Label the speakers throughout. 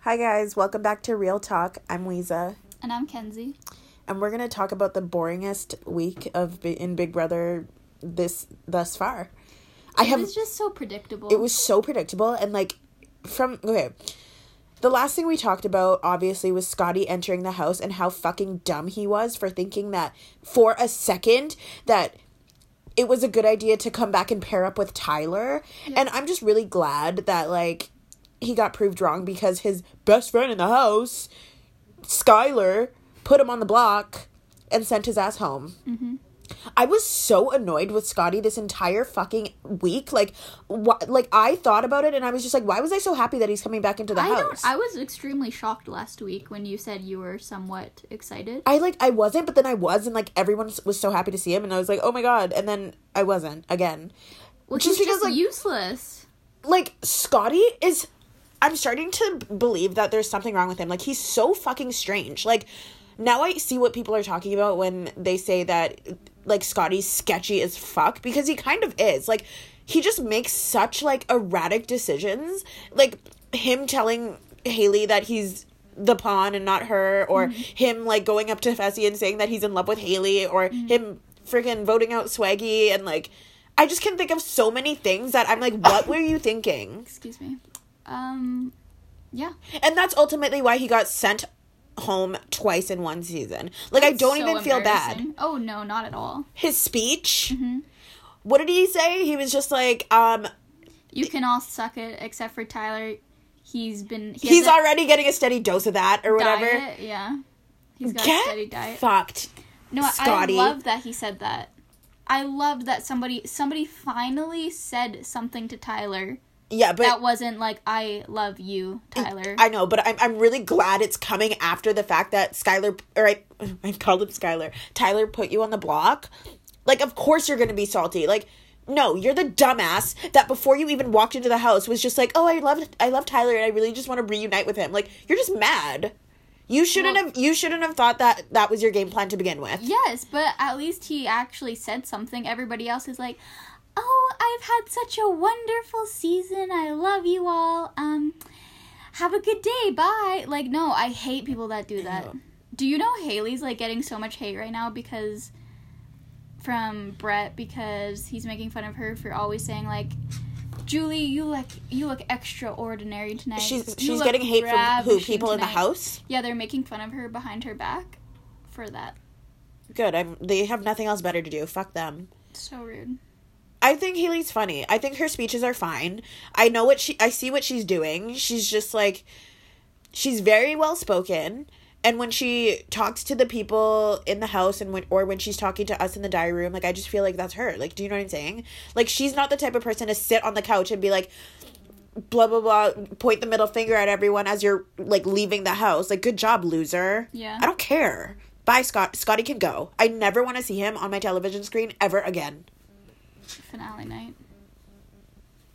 Speaker 1: Hi, guys. Welcome back to Real Talk. I'm Weeza,
Speaker 2: And I'm Kenzie.
Speaker 1: and we're going to talk about the boringest week of Bi- in Big Brother this thus far. I
Speaker 2: It
Speaker 1: have
Speaker 2: was just so predictable.
Speaker 1: it was so predictable and like from okay. The last thing we talked about obviously was Scotty entering the house and how fucking dumb he was for thinking that for a second that it was a good idea to come back and pair up with Tyler. And I'm just really glad that like he got proved wrong because his best friend in the house, Skylar, put him on the block and sent his ass home. I was so annoyed with Scotty this entire fucking week. Like, what? Like I thought about it, and I was just like, why was I so happy that he's coming back into the
Speaker 2: I
Speaker 1: house?
Speaker 2: don't I was extremely shocked last week when you said you were somewhat excited.
Speaker 1: I like I wasn't, but then I was, and like everyone s- was so happy to see him, and I was like, oh my god, and then I wasn't again.
Speaker 2: Which
Speaker 1: just
Speaker 2: is
Speaker 1: because,
Speaker 2: just
Speaker 1: like-
Speaker 2: useless.
Speaker 1: Like Scotty is, I'm starting to b- believe that there's something wrong with him. Like he's so fucking strange. Like now I see what people are talking about when they say that like Scotty's sketchy as fuck because he kind of is. Like he just makes such like erratic decisions. Like him telling Haley that he's the pawn and not her, or
Speaker 2: Mm-hmm.
Speaker 1: him like going up to Fessy and saying that he's in love with Haley, or
Speaker 2: Mm-hmm.
Speaker 1: him freaking voting out Swaggy, and like I just can think of so many things that I'm like, what were you thinking?
Speaker 2: Excuse me. Um yeah.
Speaker 1: And that's ultimately why he got sent home twice in one season. Like I don't
Speaker 2: So
Speaker 1: even feel bad.
Speaker 2: embarrassing. Mm-hmm. Oh no, not at all.
Speaker 1: His speech. What did he say? He was just like, um,
Speaker 2: You can all suck it except for Tyler. He's been he
Speaker 1: he's
Speaker 2: has a
Speaker 1: already getting a steady dose of that or whatever.
Speaker 2: diet, Yeah. He's got a steady
Speaker 1: Get
Speaker 2: diet.
Speaker 1: fucked.
Speaker 2: No, I-
Speaker 1: Scotty.
Speaker 2: I love that he said that. I loved that somebody somebody finally said something to Tyler
Speaker 1: Yeah, but
Speaker 2: that wasn't like I love you, Tyler.
Speaker 1: I know, but I'm I'm really glad it's coming after the fact that Skylar or I I called him Skylar. Tyler put you on the block. Like of course you're gonna be salty. Like no, you're the dumbass that before you even walked into the house was just like, oh, I love I love Tyler and I really just want to reunite with him. Like you're just mad. You shouldn't
Speaker 2: Well-
Speaker 1: have you shouldn't have thought that that was your game plan to begin with.
Speaker 2: Yes, but at least he actually said something. Everybody else is like, "Oh, I've had such a wonderful season. I love you all. Um have a good day. Bye." Like, no, I hate people that do that. Do you know Haley's like getting so much hate right now because from Brett because he's making fun of her for always saying like Julie, you look you look extraordinary tonight.
Speaker 1: She's
Speaker 2: You
Speaker 1: she's
Speaker 2: look
Speaker 1: getting hate from who?
Speaker 2: ravishing
Speaker 1: People in the
Speaker 2: tonight."
Speaker 1: house?
Speaker 2: Yeah, they're making fun of her behind her back for that.
Speaker 1: Good. I'm they have nothing else better to do. Fuck them.
Speaker 2: So rude.
Speaker 1: I think Haley's funny. I think her speeches are fine. I know what she I see what she's doing. She's just like she's very well spoken and when she talks to the people in the house and when or when she's talking to us in the diary room, like I just feel like that's her. Like do you know what I'm saying? Like she's not the type of person to sit on the couch and be like blah blah blah point the middle finger at everyone as you're like leaving the house. Like good job, loser.
Speaker 2: Yeah.
Speaker 1: I don't care. Bye Scott. Scotty can go. I never want to see him on my television screen ever again.
Speaker 2: Finale night.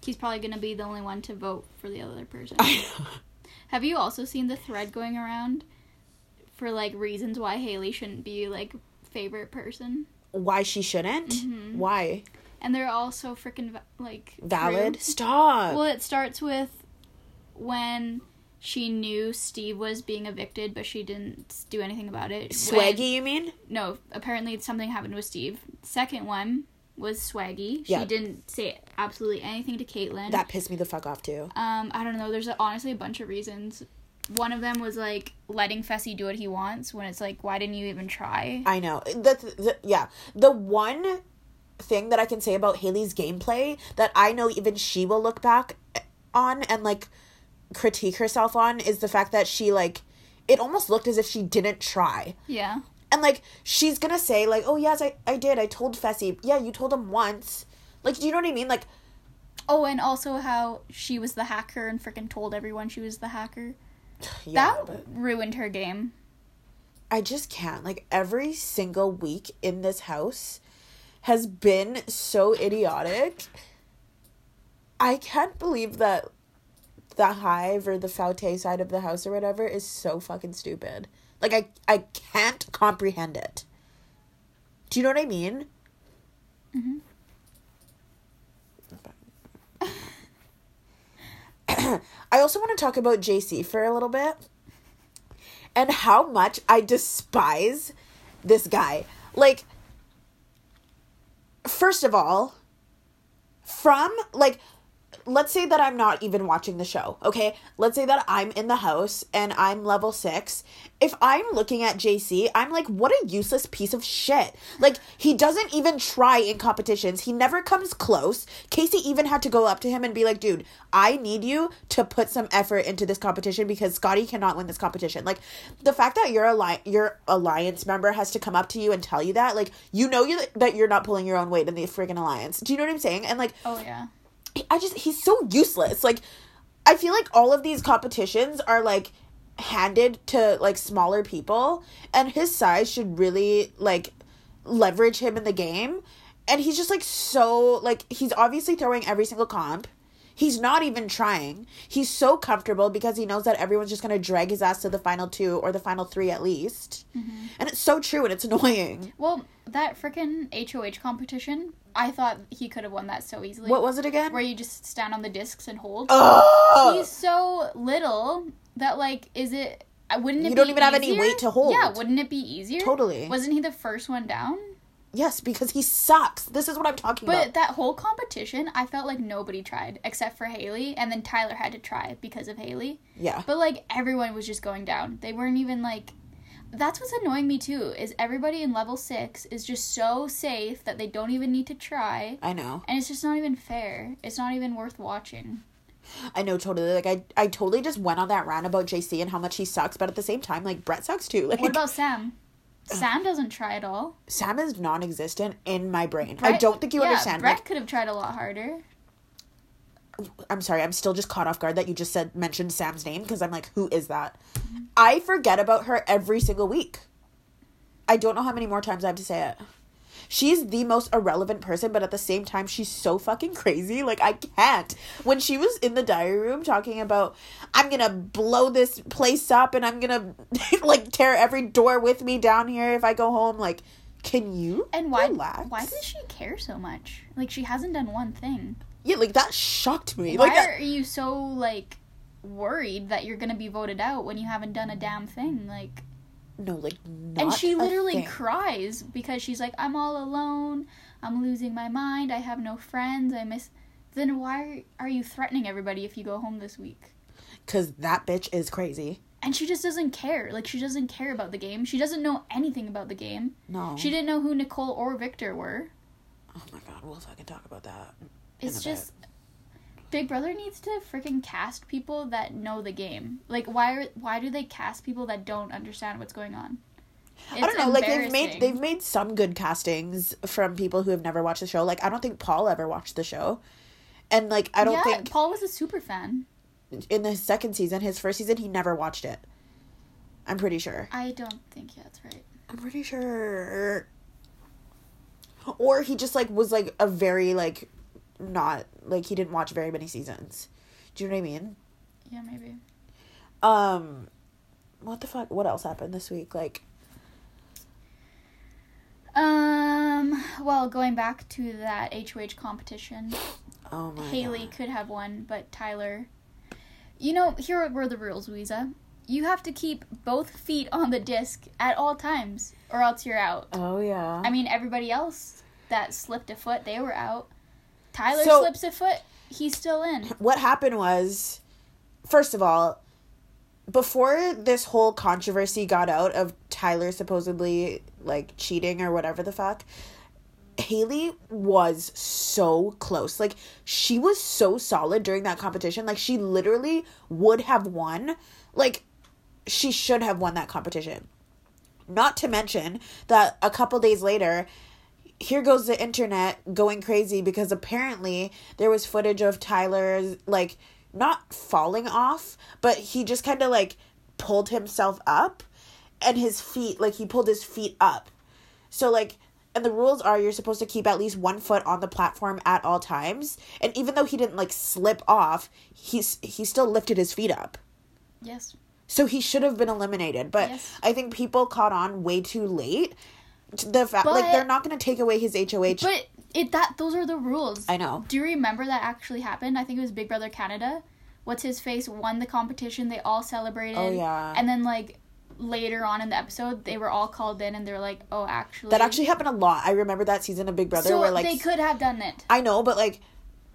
Speaker 2: He's probably gonna be the only one to vote for the other person. Have you also seen the thread going around for like reasons why Haley shouldn't be like favorite person?
Speaker 1: why she shouldn't
Speaker 2: Mm-hmm.
Speaker 1: why
Speaker 2: And they're all so freaking va- like
Speaker 1: valid
Speaker 2: rude.
Speaker 1: stop
Speaker 2: Well, it starts with when she knew Steve was being evicted, but she didn't do anything about it. When-
Speaker 1: swaggy you mean
Speaker 2: no, apparently something happened with Steve. Second one was Swaggy. She
Speaker 1: Yeah.
Speaker 2: didn't say absolutely anything to Caitlyn.
Speaker 1: that pissed me the fuck off too
Speaker 2: um, I don't know. There's honestly a bunch of reasons. One of them was like letting Fessy do what he wants when it's like, why didn't you even try?
Speaker 1: i know the, the yeah the one thing that i can say about haley's gameplay that i know even she will look back on and like critique herself on is the fact that she like it almost looked as if she didn't try
Speaker 2: yeah.
Speaker 1: and like she's gonna say like oh yes i, I did i told fessy yeah you told him once like do you know what i mean like
Speaker 2: Oh, and also how she was the hacker and freaking told everyone she was the hacker.
Speaker 1: yeah,
Speaker 2: That
Speaker 1: but-
Speaker 2: ruined her game.
Speaker 1: I just can't. Like every single week in this house has been so idiotic. I can't believe that the hive or the faute side of the house or whatever is so fucking stupid. Like I I can't comprehend it. Do you know what I mean? I also want to talk about JC for a little bit and how much I despise this guy. Like, first of all, from like, let's say that I'm not even watching the show, okay? Let's say that I'm in the house and I'm level six. If I'm looking at JC, I'm like, what a useless piece of shit. Like, he doesn't even try in competitions, he never comes close. Casey even had to go up to him and be like, dude, I need you to put some effort into this competition because Scotty cannot win this competition. Like, the fact that your, alli- your alliance member has to come up to you and tell you that, like, you know you- that you're not pulling your own weight in the friggin' alliance. Do you know what I'm saying? And like,
Speaker 2: Oh yeah.
Speaker 1: I just he's so useless. Like I feel like all of these competitions are like handed to like smaller people and his size should really like leverage him in the game and he's just like so like he's obviously throwing every single comp. He's not even trying. He's so comfortable because he knows that everyone's just going to drag his ass to the final 2 or the final 3 at least.
Speaker 2: Mm-hmm.
Speaker 1: And it's so true and it's annoying.
Speaker 2: Well, that freaking HOH competition, I thought he could have won that so easily.
Speaker 1: What was it again?
Speaker 2: Where you just stand on the discs and hold.
Speaker 1: Ugh!
Speaker 2: He's so little that like, is it? uh, Wouldn't it?
Speaker 1: You don't
Speaker 2: be
Speaker 1: even have any
Speaker 2: easier?
Speaker 1: weight to hold.
Speaker 2: Yeah, wouldn't it be easier?
Speaker 1: Totally.
Speaker 2: Wasn't he the first one down?
Speaker 1: Yes, because he sucks. This is what I'm talking
Speaker 2: But
Speaker 1: about.
Speaker 2: that whole competition, I felt like nobody tried except for Haley, and then Tyler had to try because of Haley.
Speaker 1: Yeah.
Speaker 2: But like everyone was just going down. They weren't even like that's what's annoying me too is everybody in level 6 is just so safe that they don't even need to try
Speaker 1: I know.
Speaker 2: and it's just not even fair. It's not even worth watching.
Speaker 1: I know totally. Like I I totally just went on that rant about JC and how much he sucks, but at the same time, like Brett sucks too. Like
Speaker 2: What about Sam? Sam doesn't try at all.
Speaker 1: Sam is non existent in my brain. I
Speaker 2: Brett-
Speaker 1: don't think you
Speaker 2: yeah,
Speaker 1: understand.
Speaker 2: Brett could have tried a lot harder.
Speaker 1: Like I'm sorry, I'm still just caught off guard that you just said mentioned Sam's name because I'm like, who is that? I forget about her every single week. I don't know how many more times I have to say it. She's the most irrelevant person, but at the same time, she's so fucking crazy. Like, I can't. When she was in the diary room talking about, I'm gonna blow this place up and I'm gonna, like, tear every door with me down here if I go home, like, can you?
Speaker 2: And why
Speaker 1: relax?
Speaker 2: why does she care so much? Like she hasn't done one thing.
Speaker 1: Yeah, like, that shocked me.
Speaker 2: Why
Speaker 1: like, that-
Speaker 2: are you so like worried that you're gonna be voted out when you haven't done a damn thing? Like,
Speaker 1: no, like, not
Speaker 2: and she
Speaker 1: a
Speaker 2: literally
Speaker 1: thing.
Speaker 2: cries because she's like, "I'm all alone. I'm losing my mind. I have no friends. I miss." Then why are you threatening everybody if you go home this week?
Speaker 1: Cause that bitch is crazy.
Speaker 2: And she just doesn't care. Like she doesn't care about the game. She doesn't know anything about the game.
Speaker 1: No.
Speaker 2: She didn't know who Nicole or Victor were.
Speaker 1: Oh my god, we'll fucking talk about that.
Speaker 2: It's
Speaker 1: in a bit.
Speaker 2: just Big Brother needs to freaking cast people that know the game. Like why are why do they cast people that don't understand what's going on?
Speaker 1: I don't know, like they've
Speaker 2: embarrassing.
Speaker 1: made they've made some good castings from people who have never watched the show. Like I don't think Paul ever watched the show. And like I don't
Speaker 2: yeah,
Speaker 1: think
Speaker 2: Paul was a super fan.
Speaker 1: in the second season, his first season, he never watched it. I'm pretty sure.
Speaker 2: I don't think yeah, that's right.
Speaker 1: I'm pretty sure. Or he just like was like a very like not like he didn't watch very many seasons. Do you know what I mean?
Speaker 2: Yeah, maybe.
Speaker 1: Um what the fuck what else happened this week? Like
Speaker 2: Um well going back to that HOH competition,
Speaker 1: oh my
Speaker 2: Haley
Speaker 1: God.
Speaker 2: could have won, but Tyler You know, here were the rules, Weeza. You have to keep both feet on the disc at all times, or else you're out.
Speaker 1: Oh yeah.
Speaker 2: I mean, everybody else that slipped a foot, they were out. Tyler
Speaker 1: So-
Speaker 2: slips a foot, he's still in.
Speaker 1: what happened was first of all before this whole controversy got out of tyler supposedly like cheating or whatever the fuck haley was so close like she was so solid during that competition like she literally would have won like she should have won that competition not to mention that a couple days later, here goes the internet going crazy because apparently there was footage of Tyler's like not falling off, but he just kind of like pulled himself up and his feet, like he pulled his feet up. So like and the rules are you're supposed to keep at least one foot on the platform at all times. And even though he didn't like slip off, he's he still lifted his feet up.
Speaker 2: Yes.
Speaker 1: So he should have been eliminated, but
Speaker 2: Yes.
Speaker 1: I think people caught on way too late. To the fact, like
Speaker 2: But-
Speaker 1: they're not going to take away his HOH.
Speaker 2: But it that those are the rules.
Speaker 1: I know.
Speaker 2: Do you remember that actually happened? I think it was Big Brother Canada what's his face won the competition. They all celebrated.
Speaker 1: Oh, yeah.
Speaker 2: And then like later on in the episode, they were all called in and they're like, "Oh, actually."
Speaker 1: That actually happened a lot. I remember that season of Big Brother
Speaker 2: So
Speaker 1: where like
Speaker 2: they could have done it.
Speaker 1: I know, but like,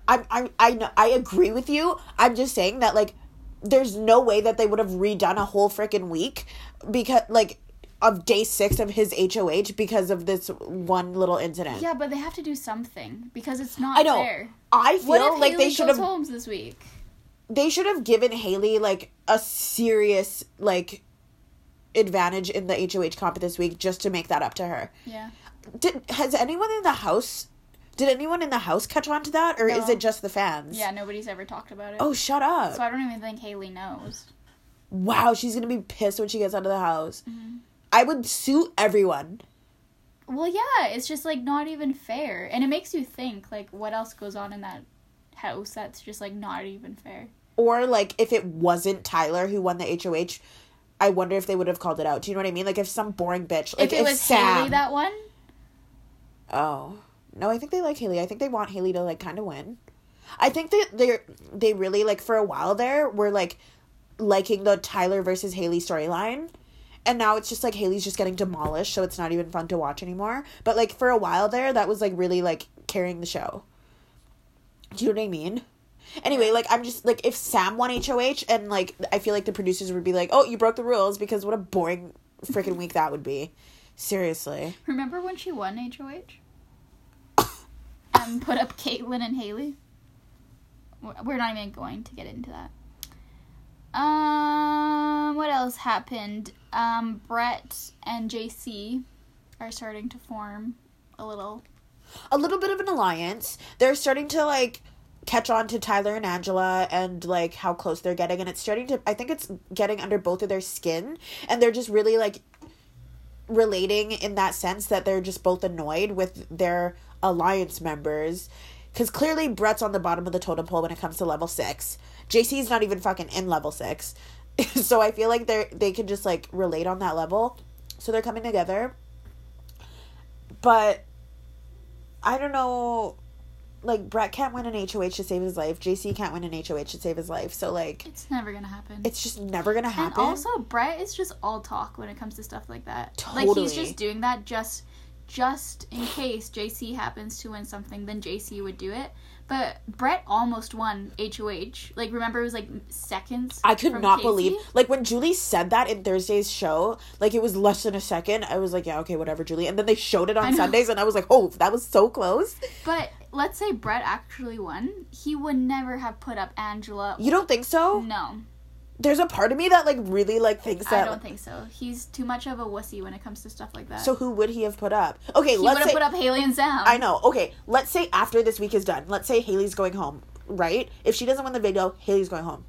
Speaker 1: I'm, I'm, I know, I agree with you. I'm just saying that like, there's no way that they would have redone a whole freaking week because like, of day six of his HOH because of this one little incident.
Speaker 2: Yeah, but they have to do something because it's not
Speaker 1: I know.
Speaker 2: fair.
Speaker 1: I feel
Speaker 2: What if
Speaker 1: like
Speaker 2: Haley
Speaker 1: they should
Speaker 2: goes
Speaker 1: have
Speaker 2: home this week?
Speaker 1: they should have given Haley like a serious like advantage in the HOH comp this week just to make that up to her.
Speaker 2: Yeah.
Speaker 1: Did has anyone in the house? Did anyone in the house catch on to that, or is
Speaker 2: No.
Speaker 1: it just the fans?
Speaker 2: Yeah, nobody's ever talked about it.
Speaker 1: Oh, shut up.
Speaker 2: So I don't even think Haley knows.
Speaker 1: wow, she's gonna be pissed when she gets out of the house.
Speaker 2: Mm-hmm.
Speaker 1: I would sue everyone.
Speaker 2: Well, yeah, it's just like not even fair. And it makes you think like what else goes on in that house that's just like not even fair.
Speaker 1: Or like if it wasn't Tyler who won the HOH, I wonder if they would have called it out. Do you know what I mean? Like if some boring bitch, like
Speaker 2: if it was
Speaker 1: Sam.
Speaker 2: Haley that one,
Speaker 1: oh no, I think they like Haley. I think they want Haley to like kind of win. I think that they they really like for a while there were like liking the Tyler versus Haley storyline. And now it's just like Haley's just getting demolished, so it's not even fun to watch anymore. But like for a while there, that was like really like carrying the show. Do you know what I mean? Anyway, like I'm just like if Sam won HOH and like I feel like the producers would be like, "Oh, you broke the rules" because what a boring freaking week that would be. Seriously.
Speaker 2: remember when she won HOH? and put up Caitlyn and Haley? We're- We're not even going to get into that. Um, what else happened? Um, Brett and JC are starting to form a little
Speaker 1: a little bit of an alliance. They're starting to like catch on to Tyler and Angela and like how close they're getting and it's starting to I think it's getting under both of their skin and they're just really like relating in that sense that they're just both annoyed with their alliance members cuz clearly Brett's on the bottom of the totem pole when it comes to level 6. JC's not even fucking in level 6. so I feel like they're they can just like relate on that level. So they're coming together. But I don't know. Like Brett can't win an HOH to save his life. JC can't win an HOH to save his life. So like,
Speaker 2: It's never gonna happen.
Speaker 1: it's just never gonna
Speaker 2: and
Speaker 1: happen.
Speaker 2: also Brett is just all talk when it comes to stuff like that. Like he's
Speaker 1: Totally.
Speaker 2: just doing that just just in case JC happens to win something, then JC would do it. But Brett almost won HOH. Like remember it was like seconds.
Speaker 1: I could
Speaker 2: from
Speaker 1: not
Speaker 2: Casey?
Speaker 1: believe like when Julie said that in Thursday's show. Like it was less than a second. I was like, yeah, okay, whatever, Julie. And then they showed it
Speaker 2: I
Speaker 1: on
Speaker 2: know.
Speaker 1: Sundays, and I was like, oh, that was so close.
Speaker 2: But let's say Brett actually won, he would never have put up Angela.
Speaker 1: You don't think so?
Speaker 2: No,
Speaker 1: There's a part of me that like really like thinks
Speaker 2: I
Speaker 1: that.
Speaker 2: don't think so. He's too much of a wussy when it comes to stuff like that.
Speaker 1: so who would he have put up? Okay,
Speaker 2: he would
Speaker 1: let's
Speaker 2: have
Speaker 1: say
Speaker 2: put up Haley and Sam.
Speaker 1: I know. Okay, let's say after this week is done, let's say Haley's going home, right? If she doesn't win the video, Haley's going home.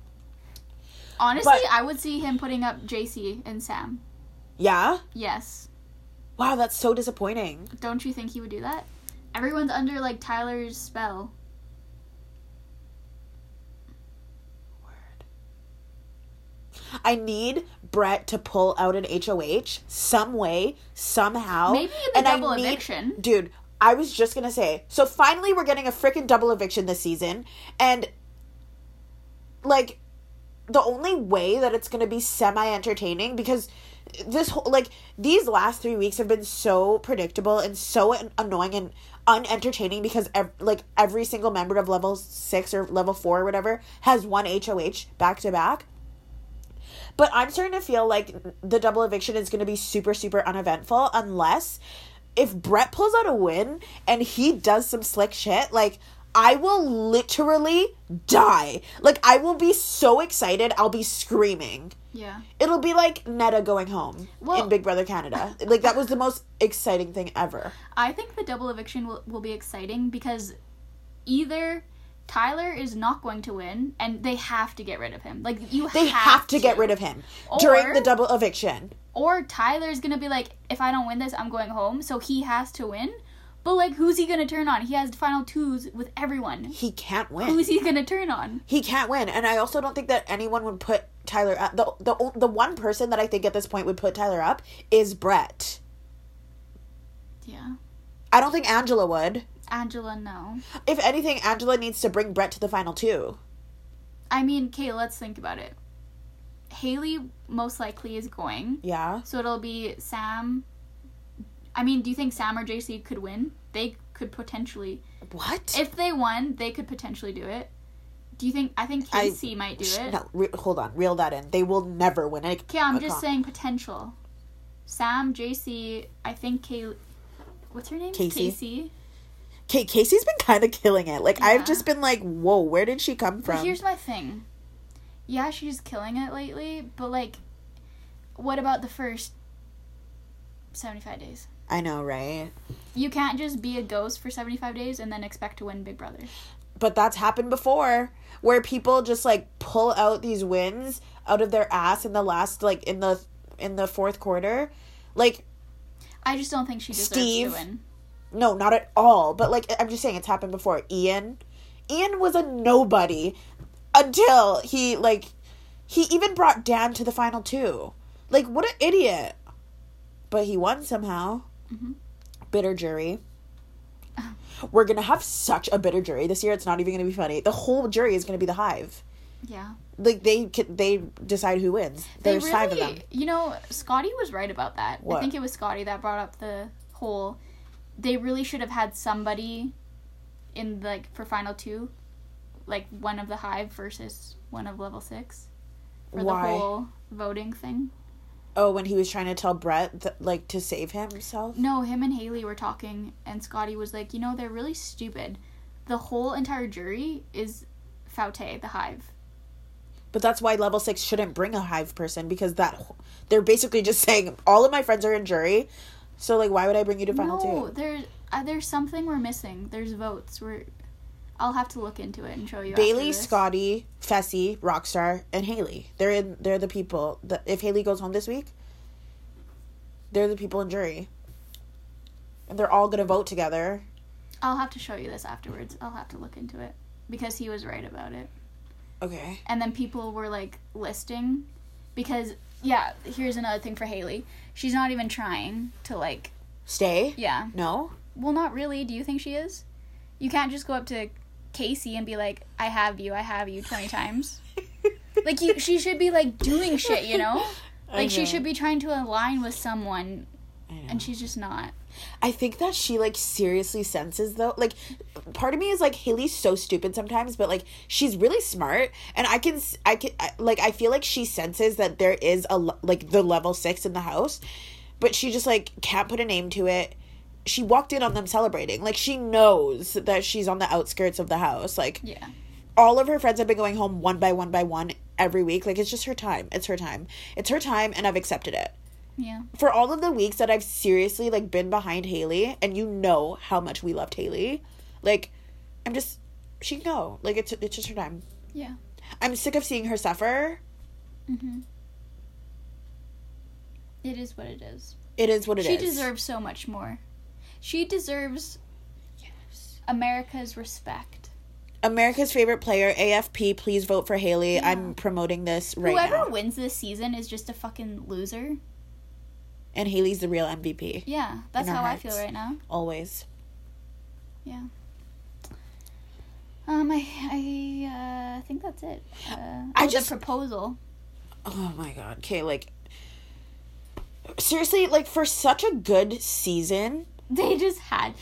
Speaker 2: Honestly,
Speaker 1: but-
Speaker 2: I would see him putting up JC and Sam.
Speaker 1: Yeah.
Speaker 2: Yes.
Speaker 1: Wow, that's so disappointing.
Speaker 2: Don't you think he would do that? Everyone's under like Tyler's spell.
Speaker 1: I need Brett to pull out an HOH some way, somehow.
Speaker 2: Maybe in the double eviction.
Speaker 1: Dude, I was just gonna say. So finally, we're getting a freaking double eviction this season, and like the only way that it's going to be semi entertaining because this whole like these last three weeks have been so predictable and so an- annoying and unentertaining because ev- like every single member of level six or level four or whatever has one HOH back to back. But I'm starting to feel like the double eviction is going to be super super uneventful unless if Brett pulls out a win and he does some slick shit like. I will literally die. Like I will be so excited, I'll be screaming.
Speaker 2: Yeah.
Speaker 1: It'll be like Netta going home
Speaker 2: Well-
Speaker 1: in Big Brother Canada. Like that was the most exciting thing ever.
Speaker 2: I think the double eviction will, will be exciting because either Tyler is not going to win and they have to get rid of him. Like you
Speaker 1: They have, to get rid of him during
Speaker 2: Or-
Speaker 1: the double eviction.
Speaker 2: Or Tyler's going to be like if I don't win this, I'm going home, so he has to win. But like who's he going to turn on? He has final twos with everyone.
Speaker 1: He can't win.
Speaker 2: Who's he going to turn on?
Speaker 1: he can't win, and I also don't think that anyone would put Tyler up. The the o- the one person that I think at this point would put Tyler up is Brett.
Speaker 2: Yeah.
Speaker 1: I don't think Angela would.
Speaker 2: Angela no.
Speaker 1: If anything, Angela needs to bring Brett to the final two.
Speaker 2: I mean, okay, let's think about it. Haley most likely is going.
Speaker 1: Yeah.
Speaker 2: So it'll be Sam. I mean, do you think Sam or JC could win? They could potentially.
Speaker 1: What?
Speaker 2: If they won, they could potentially do it. Do you think? I think
Speaker 1: I-
Speaker 2: Casey might do
Speaker 1: Shh,
Speaker 2: it.
Speaker 1: No, re- hold on. Reel that in. They will never win. it.
Speaker 2: Okay, I'm just saying potential. Sam, JC, I think Kay. What's her name?
Speaker 1: Casey.
Speaker 2: Casey.
Speaker 1: K- Casey's been kind of killing it. Like
Speaker 2: Yeah.
Speaker 1: I've just been like, whoa, where did she come
Speaker 2: But
Speaker 1: from?
Speaker 2: here's my thing. Yeah, she's killing it lately, but like, what about the first 75 days?
Speaker 1: I know, right?
Speaker 2: You can't just be a ghost for 75 days and then expect to win Big Brother.
Speaker 1: But that's happened before, where people just like pull out these wins out of their ass in the last, like in the in the fourth quarter. Like
Speaker 2: I just don't think she deserves
Speaker 1: Steve.
Speaker 2: to win.
Speaker 1: no, not at all. But like I'm just saying, it's happened before. Ian, Ian was a nobody until he like he even brought Dan to the final two. Like what an idiot! But he won somehow. Bitter jury. We're gonna have such a bitter jury this year. It's not even gonna be funny. The whole jury is gonna be the hive.
Speaker 2: Yeah.
Speaker 1: Like they can, they decide who wins. There's five of them.
Speaker 2: You know, Scotty was right about that. I
Speaker 1: What?
Speaker 2: think it was Scotty that brought up the whole. They really should have had somebody, in like for final two, like one of the hive versus one of level six, for
Speaker 1: Why?
Speaker 2: the whole voting thing.
Speaker 1: Oh, when he was trying to tell Brett that, like to save himself.
Speaker 2: No, him and Haley were talking, and Scotty was like, you know, they're really stupid. The whole entire jury is Faute, the hive.
Speaker 1: But that's why level six shouldn't bring a hive person because that they're basically just saying all of my friends are in jury, so like why would I bring you to final
Speaker 2: no,
Speaker 1: two?
Speaker 2: there, uh, there's something we're missing. There's votes. We're, I'll have to look into it and show you. after
Speaker 1: Bailey,
Speaker 2: this.
Speaker 1: Scotty, Fessy, Rockstar, and Haley. They're in. They're the people. That, if Haley goes home this week, they're the people in jury, and they're all gonna vote together.
Speaker 2: I'll have to show you this afterwards. I'll have to look into it because he was right about it.
Speaker 1: Okay.
Speaker 2: And then people were like listing because yeah, here's another thing for Haley. She's not even trying to like
Speaker 1: Stay.
Speaker 2: yeah.
Speaker 1: No.
Speaker 2: Well, not really. Do you think she is? You can't just go up to Casey and be like, "I have you. I have you" 20 times. like you she should be like doing shit, you know? Like she
Speaker 1: know.
Speaker 2: should be trying to align with someone
Speaker 1: I know.
Speaker 2: and she's just not.
Speaker 1: I think that she like seriously senses though. Like, part of me is like Haley's so stupid sometimes, but like she's really smart, and I can s- I can I, like I feel like she senses that there is a le- like the level six in the house, but she just like can't put a name to it. She walked in on them celebrating. Like she knows that she's on the outskirts of the house. Like
Speaker 2: Yeah.
Speaker 1: all of her friends have been going home one by one by one every week. Like it's just her time. It's her time. It's her time, and I've accepted it
Speaker 2: Yeah.
Speaker 1: for all of the weeks that I've seriously like been behind Haley, and you know how much we loved Haley, like I'm just she can go. Like it's it's just her time.
Speaker 2: Yeah.
Speaker 1: I'm sick of seeing her suffer.
Speaker 2: Mhm. It is what it is.
Speaker 1: It is what it is.
Speaker 2: she deserves so much more. She deserves America's respect.
Speaker 1: America's favorite player, AFP. Please vote for Haley. I'm promoting this right
Speaker 2: Whoever
Speaker 1: now.
Speaker 2: wins this season is just a fucking loser.
Speaker 1: And Haley's the real MVP.
Speaker 2: Yeah, that's
Speaker 1: In our
Speaker 2: how I
Speaker 1: hearts.
Speaker 2: feel right now.
Speaker 1: Always.
Speaker 2: Yeah. Um, I I uh, think that's it. Uh,
Speaker 1: I
Speaker 2: oh,
Speaker 1: just-
Speaker 2: the proposal.
Speaker 1: Oh my god. Okay, like seriously, like for such a good season,
Speaker 2: They just had.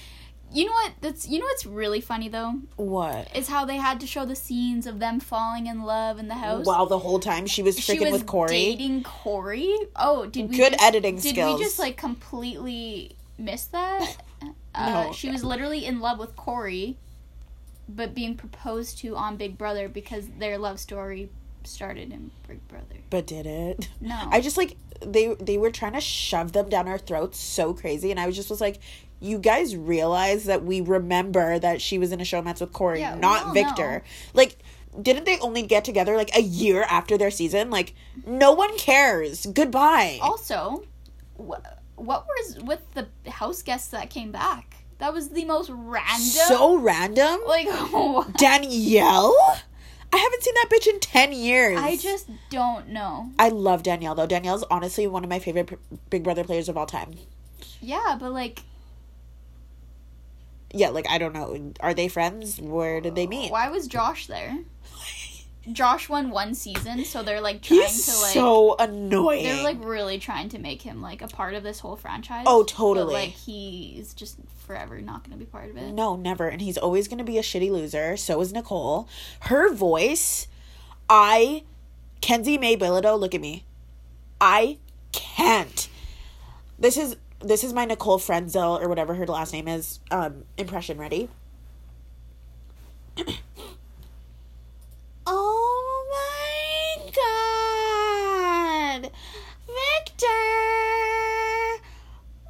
Speaker 2: You know what? That's you know what's really funny though
Speaker 1: what?
Speaker 2: is how they had to show the scenes of them falling in love in the house.
Speaker 1: While the whole time she was freaking
Speaker 2: she was
Speaker 1: with Corey.
Speaker 2: dating Corey. Oh, did we
Speaker 1: Good
Speaker 2: just-
Speaker 1: editing
Speaker 2: did
Speaker 1: skills.
Speaker 2: we just like completely miss that? Uh,
Speaker 1: No.
Speaker 2: She was literally in love with Corey, but being proposed to on Big Brother because their love story started in Big Brother.
Speaker 1: but did it?
Speaker 2: No.
Speaker 1: I just like they they were trying to shove them down our throats so crazy, and I was just was like, you guys realize that we remember that she was in a showmatch with Corey,
Speaker 2: Yeah, we all
Speaker 1: not Victor. Like, didn't they only get together like a year after their season? Like, no one cares. Goodbye.
Speaker 2: Also, wh- what was with the house guests that came back? That was the most random.
Speaker 1: so random.
Speaker 2: like
Speaker 1: Danielle. I haven't seen that bitch in ten years.
Speaker 2: I just don't know.
Speaker 1: I love Danielle though. Danielle's honestly one of my favorite P- Big Brother players of all time.
Speaker 2: Yeah, but like
Speaker 1: Yeah, like I don't know. Are they friends? Where did they meet?
Speaker 2: Why was Josh there? Josh won one season, so they're like trying
Speaker 1: He's
Speaker 2: to like
Speaker 1: so annoying.
Speaker 2: they're like really trying to make him like a part of this whole franchise.
Speaker 1: Oh,
Speaker 2: but,
Speaker 1: totally.
Speaker 2: like he's just forever not gonna be part of it.
Speaker 1: No, never. And he's always going to be a shitty loser. So is Nicole. Her voice, I, Kenzie May Bilodeau, look at me. I can't. This is this is my Nicole Frenzel or whatever her last name is. Um, impression ready. oh my god, Victor!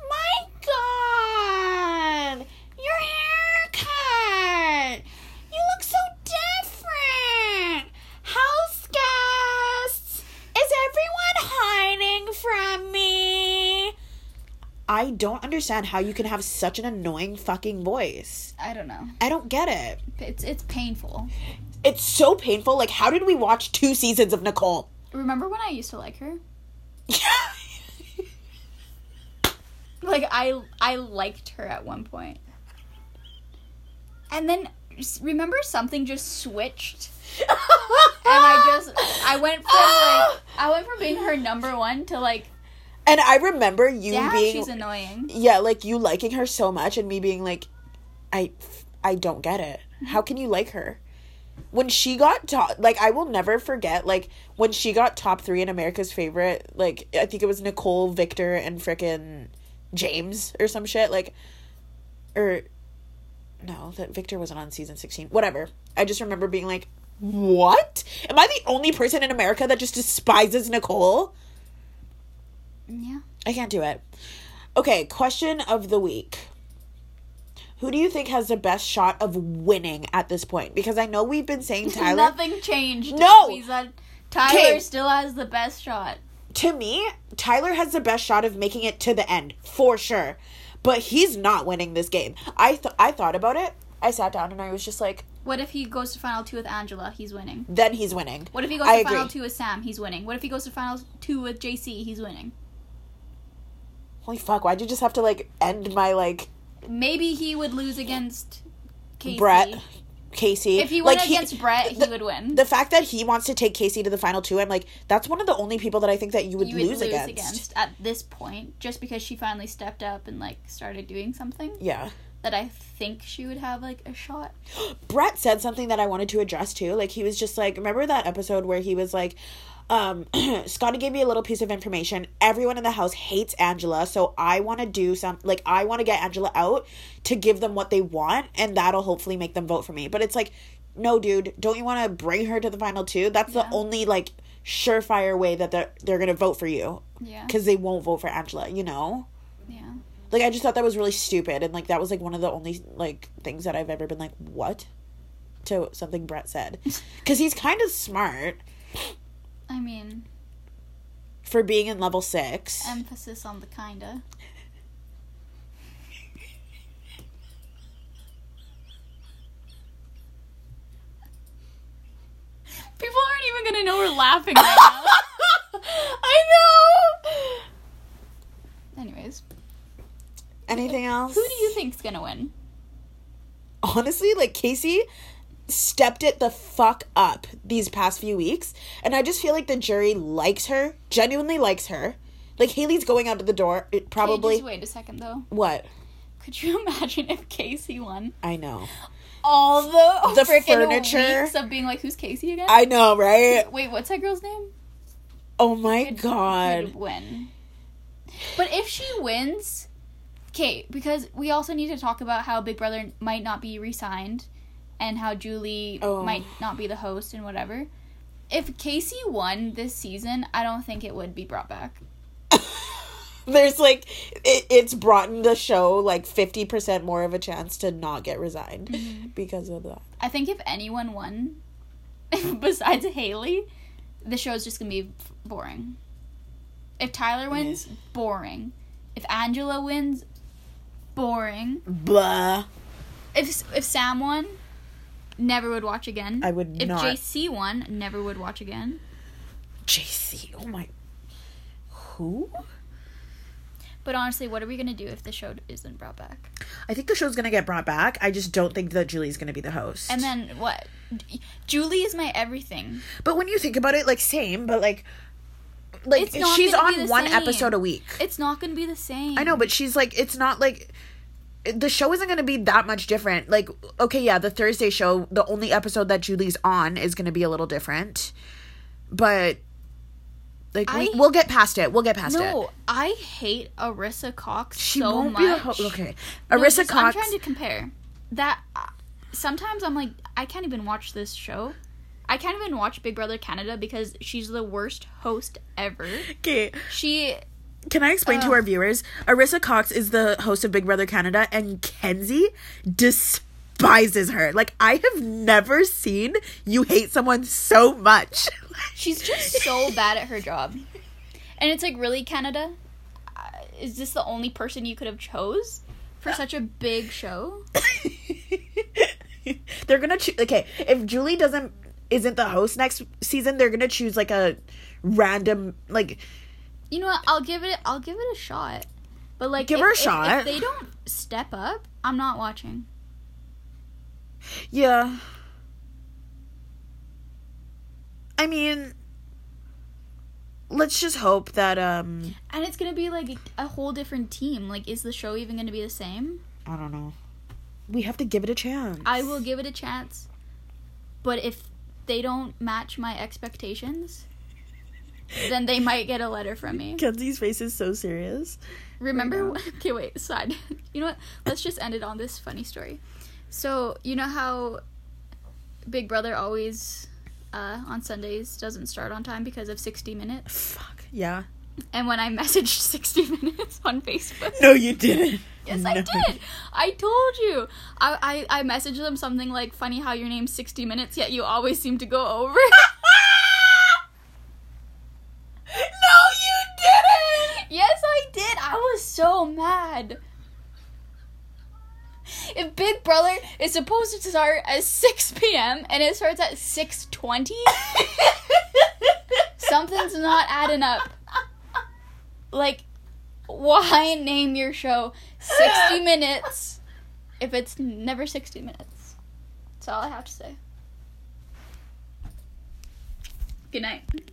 Speaker 1: My god! Your haircut! You look so different! House guests! Is everyone hiding from me? I don't understand how you can have such an annoying fucking voice.
Speaker 2: I don't know.
Speaker 1: I don't get it.
Speaker 2: It's it's painful.
Speaker 1: It's so painful. Like, how did we watch two seasons of Nicole?
Speaker 2: Remember when I used to like her? Like I I liked her at one point. And then s- remember something just switched and I just I went from like I went from being her number 1 to like
Speaker 1: And I remember you
Speaker 2: yeah,
Speaker 1: being
Speaker 2: she's annoying.
Speaker 1: yeah, like you liking her so much and me being like I I don't get it. How can you like her? When she got top, like I will never forget, like when she got top three in America's favorite, like I think it was Nicole, Victor, and frickin' James or some shit, like, or no, that Victor wasn't on season sixteen. Whatever. I just remember being like, what? Am I the only person in America that just despises Nicole?
Speaker 2: Yeah.
Speaker 1: I can't do it. Okay, question of the week. Who do you think has the best shot of winning at this point? Because I know we've been saying Tyler.
Speaker 2: Nothing changed.
Speaker 1: No!
Speaker 2: We said Tyler
Speaker 1: Okay.
Speaker 2: still has the best shot.
Speaker 1: to me, Tyler has the best shot of making it to the end for sure. But he's not winning this game. I th- I thought about it. I sat down and I was just like,
Speaker 2: What if he goes to final two with Angela? He's winning.
Speaker 1: then he's winning.
Speaker 2: What if he goes
Speaker 1: I
Speaker 2: to
Speaker 1: agree.
Speaker 2: final two with Sam? He's winning. What if he goes to final two with JC? He's winning.
Speaker 1: Holy fuck! Why'd you just have to like end my like
Speaker 2: Maybe he would lose against Casey.
Speaker 1: Brett, Casey?
Speaker 2: If he went
Speaker 1: Like,
Speaker 2: against Brett, he
Speaker 1: the-
Speaker 2: would win.
Speaker 1: the fact that he wants to take Casey to the final two, I'm like, that's one of the only people that I think that you would,
Speaker 2: you would lose, against.
Speaker 1: against.
Speaker 2: at this point, just because she finally stepped up and like started doing something
Speaker 1: Yeah.
Speaker 2: that I think she would have like a shot.
Speaker 1: Brett said something that I wanted to address too. Like he was just like, remember that episode where he was like, um, Scotty gave me a little piece of information. Everyone in the house hates Angela, so I want to do some like I want to get Angela out to give them what they want, and that'll hopefully make them vote for me. But it's like, no, dude, don't you want to bring her to the final two? That's
Speaker 2: Yeah.
Speaker 1: the only like surefire way that they're they're gonna vote for you
Speaker 2: Yeah.
Speaker 1: because they won't vote for Angela. You know.
Speaker 2: Yeah.
Speaker 1: Like I just thought that was really stupid, and like that was like one of the only like things that I've ever been like, what? To something Brett said, because he's kind of smart
Speaker 2: I mean,
Speaker 1: for being in level six.
Speaker 2: Um, emphasis on the kinda. People aren't even gonna know we're laughing right
Speaker 1: I know.
Speaker 2: now. Anyways,
Speaker 1: Anything else?
Speaker 2: who do you think's gonna win?
Speaker 1: honestly, like Casey stepped it the fuck up these past few weeks, and I just feel like the jury likes her, genuinely likes her. Like Haley's going out to the door, it
Speaker 2: Okay,
Speaker 1: probably
Speaker 2: just wait a second though.
Speaker 1: what
Speaker 2: Could you imagine if Casey won?
Speaker 1: I know.
Speaker 2: All the,
Speaker 1: The
Speaker 2: frickin'
Speaker 1: furniture.
Speaker 2: weeks of being like, who's Casey again?
Speaker 1: I know, right?
Speaker 2: Wait, what's that girl's name?
Speaker 1: Oh my
Speaker 2: Could-
Speaker 1: god.
Speaker 2: could win. But if she wins, okay, because we also need to talk about how Big Brother might not be re-signed, and how Julie
Speaker 1: Oh.
Speaker 2: might not be the host and whatever. If Casey won this season, I don't think it would be brought back.
Speaker 1: There's like it, it's brought in the show like 50% more of a chance to not get resigned because of that.
Speaker 2: I think if anyone won, besides Haley, the show's just gonna be f- boring. If Tyler wins, boring. If Angela wins, boring.
Speaker 1: Blah.
Speaker 2: if if Sam won, never would watch again.
Speaker 1: I would
Speaker 2: if
Speaker 1: not.
Speaker 2: JC won, never would watch again.
Speaker 1: JC. Oh my. Who?
Speaker 2: But honestly, what are we gonna do if the show isn't brought back?
Speaker 1: I think the show's gonna get brought back. I just don't think that Julie's gonna be the host.
Speaker 2: And then what? Julie is my everything.
Speaker 1: but when you think about it, like same, but like, like
Speaker 2: It's not
Speaker 1: she's
Speaker 2: gonna be
Speaker 1: on
Speaker 2: the
Speaker 1: one
Speaker 2: same.
Speaker 1: episode a week.
Speaker 2: It's not gonna be the same.
Speaker 1: I know, but she's like, it's not like the show isn't going to be that much different. Like, okay, yeah, the Thursday show, the only episode that Julie's on is going to be a little different, but like we,
Speaker 2: I-
Speaker 1: we'll get past it. We'll get past it.
Speaker 2: No, I hate Arissa Cox
Speaker 1: She
Speaker 2: so
Speaker 1: won't
Speaker 2: much.
Speaker 1: be the host. Okay,
Speaker 2: No,
Speaker 1: Arissa
Speaker 2: just-
Speaker 1: Cox.
Speaker 2: I'm trying to compare that. uh, Sometimes I'm like, I can't even watch this show. I can't even watch Big Brother Canada because she's the worst host ever.
Speaker 1: Okay,
Speaker 2: She
Speaker 1: can I explain to our viewers? Arissa Cox is the host of Big Brother Canada, and Kenzie despises her. Like, I have never seen you hate someone so much.
Speaker 2: she's just so bad at her job, and it's like really Canada. Uh, Is this the only person you could have chose for such a big show?
Speaker 1: they're gonna choose. Okay, if Julie doesn't isn't the host next season, they're gonna choose like a random like.
Speaker 2: You know what? I'll give it. I'll give it a shot. But like,
Speaker 1: Give
Speaker 2: if-
Speaker 1: her a
Speaker 2: if-
Speaker 1: shot.
Speaker 2: If they don't step up, I'm not watching.
Speaker 1: Yeah. I mean, let's just hope that um
Speaker 2: And it's gonna be like a whole different team. Like, is the show even gonna be the same?
Speaker 1: I don't know. We have to give it a chance.
Speaker 2: I will give it a chance, but if they don't match my expectations, then they might get a letter from me.
Speaker 1: Kenzie's face is so serious.
Speaker 2: Remember? okay, wait. Side. You know what? Let's just end it on this funny story. So you know how Big Brother always uh, on Sundays doesn't start on time because of 60 Minutes,
Speaker 1: Fuck. Yeah.
Speaker 2: and when I messaged 60 Minutes on Facebook.
Speaker 1: No, you didn't.
Speaker 2: Yes, I
Speaker 1: No.
Speaker 2: did. I told you. I, I I messaged them something like, "Funny how your name's 60 minutes, yet you always seem to go over."
Speaker 1: No, you didn't.
Speaker 2: yes, I did. I was so mad. If Big Brother is supposed to start at 6 p.m. and it starts at 6:20, something's not adding up. Like, why name your show 60 minutes if it's never 60 minutes? That's all I have to say. Good night.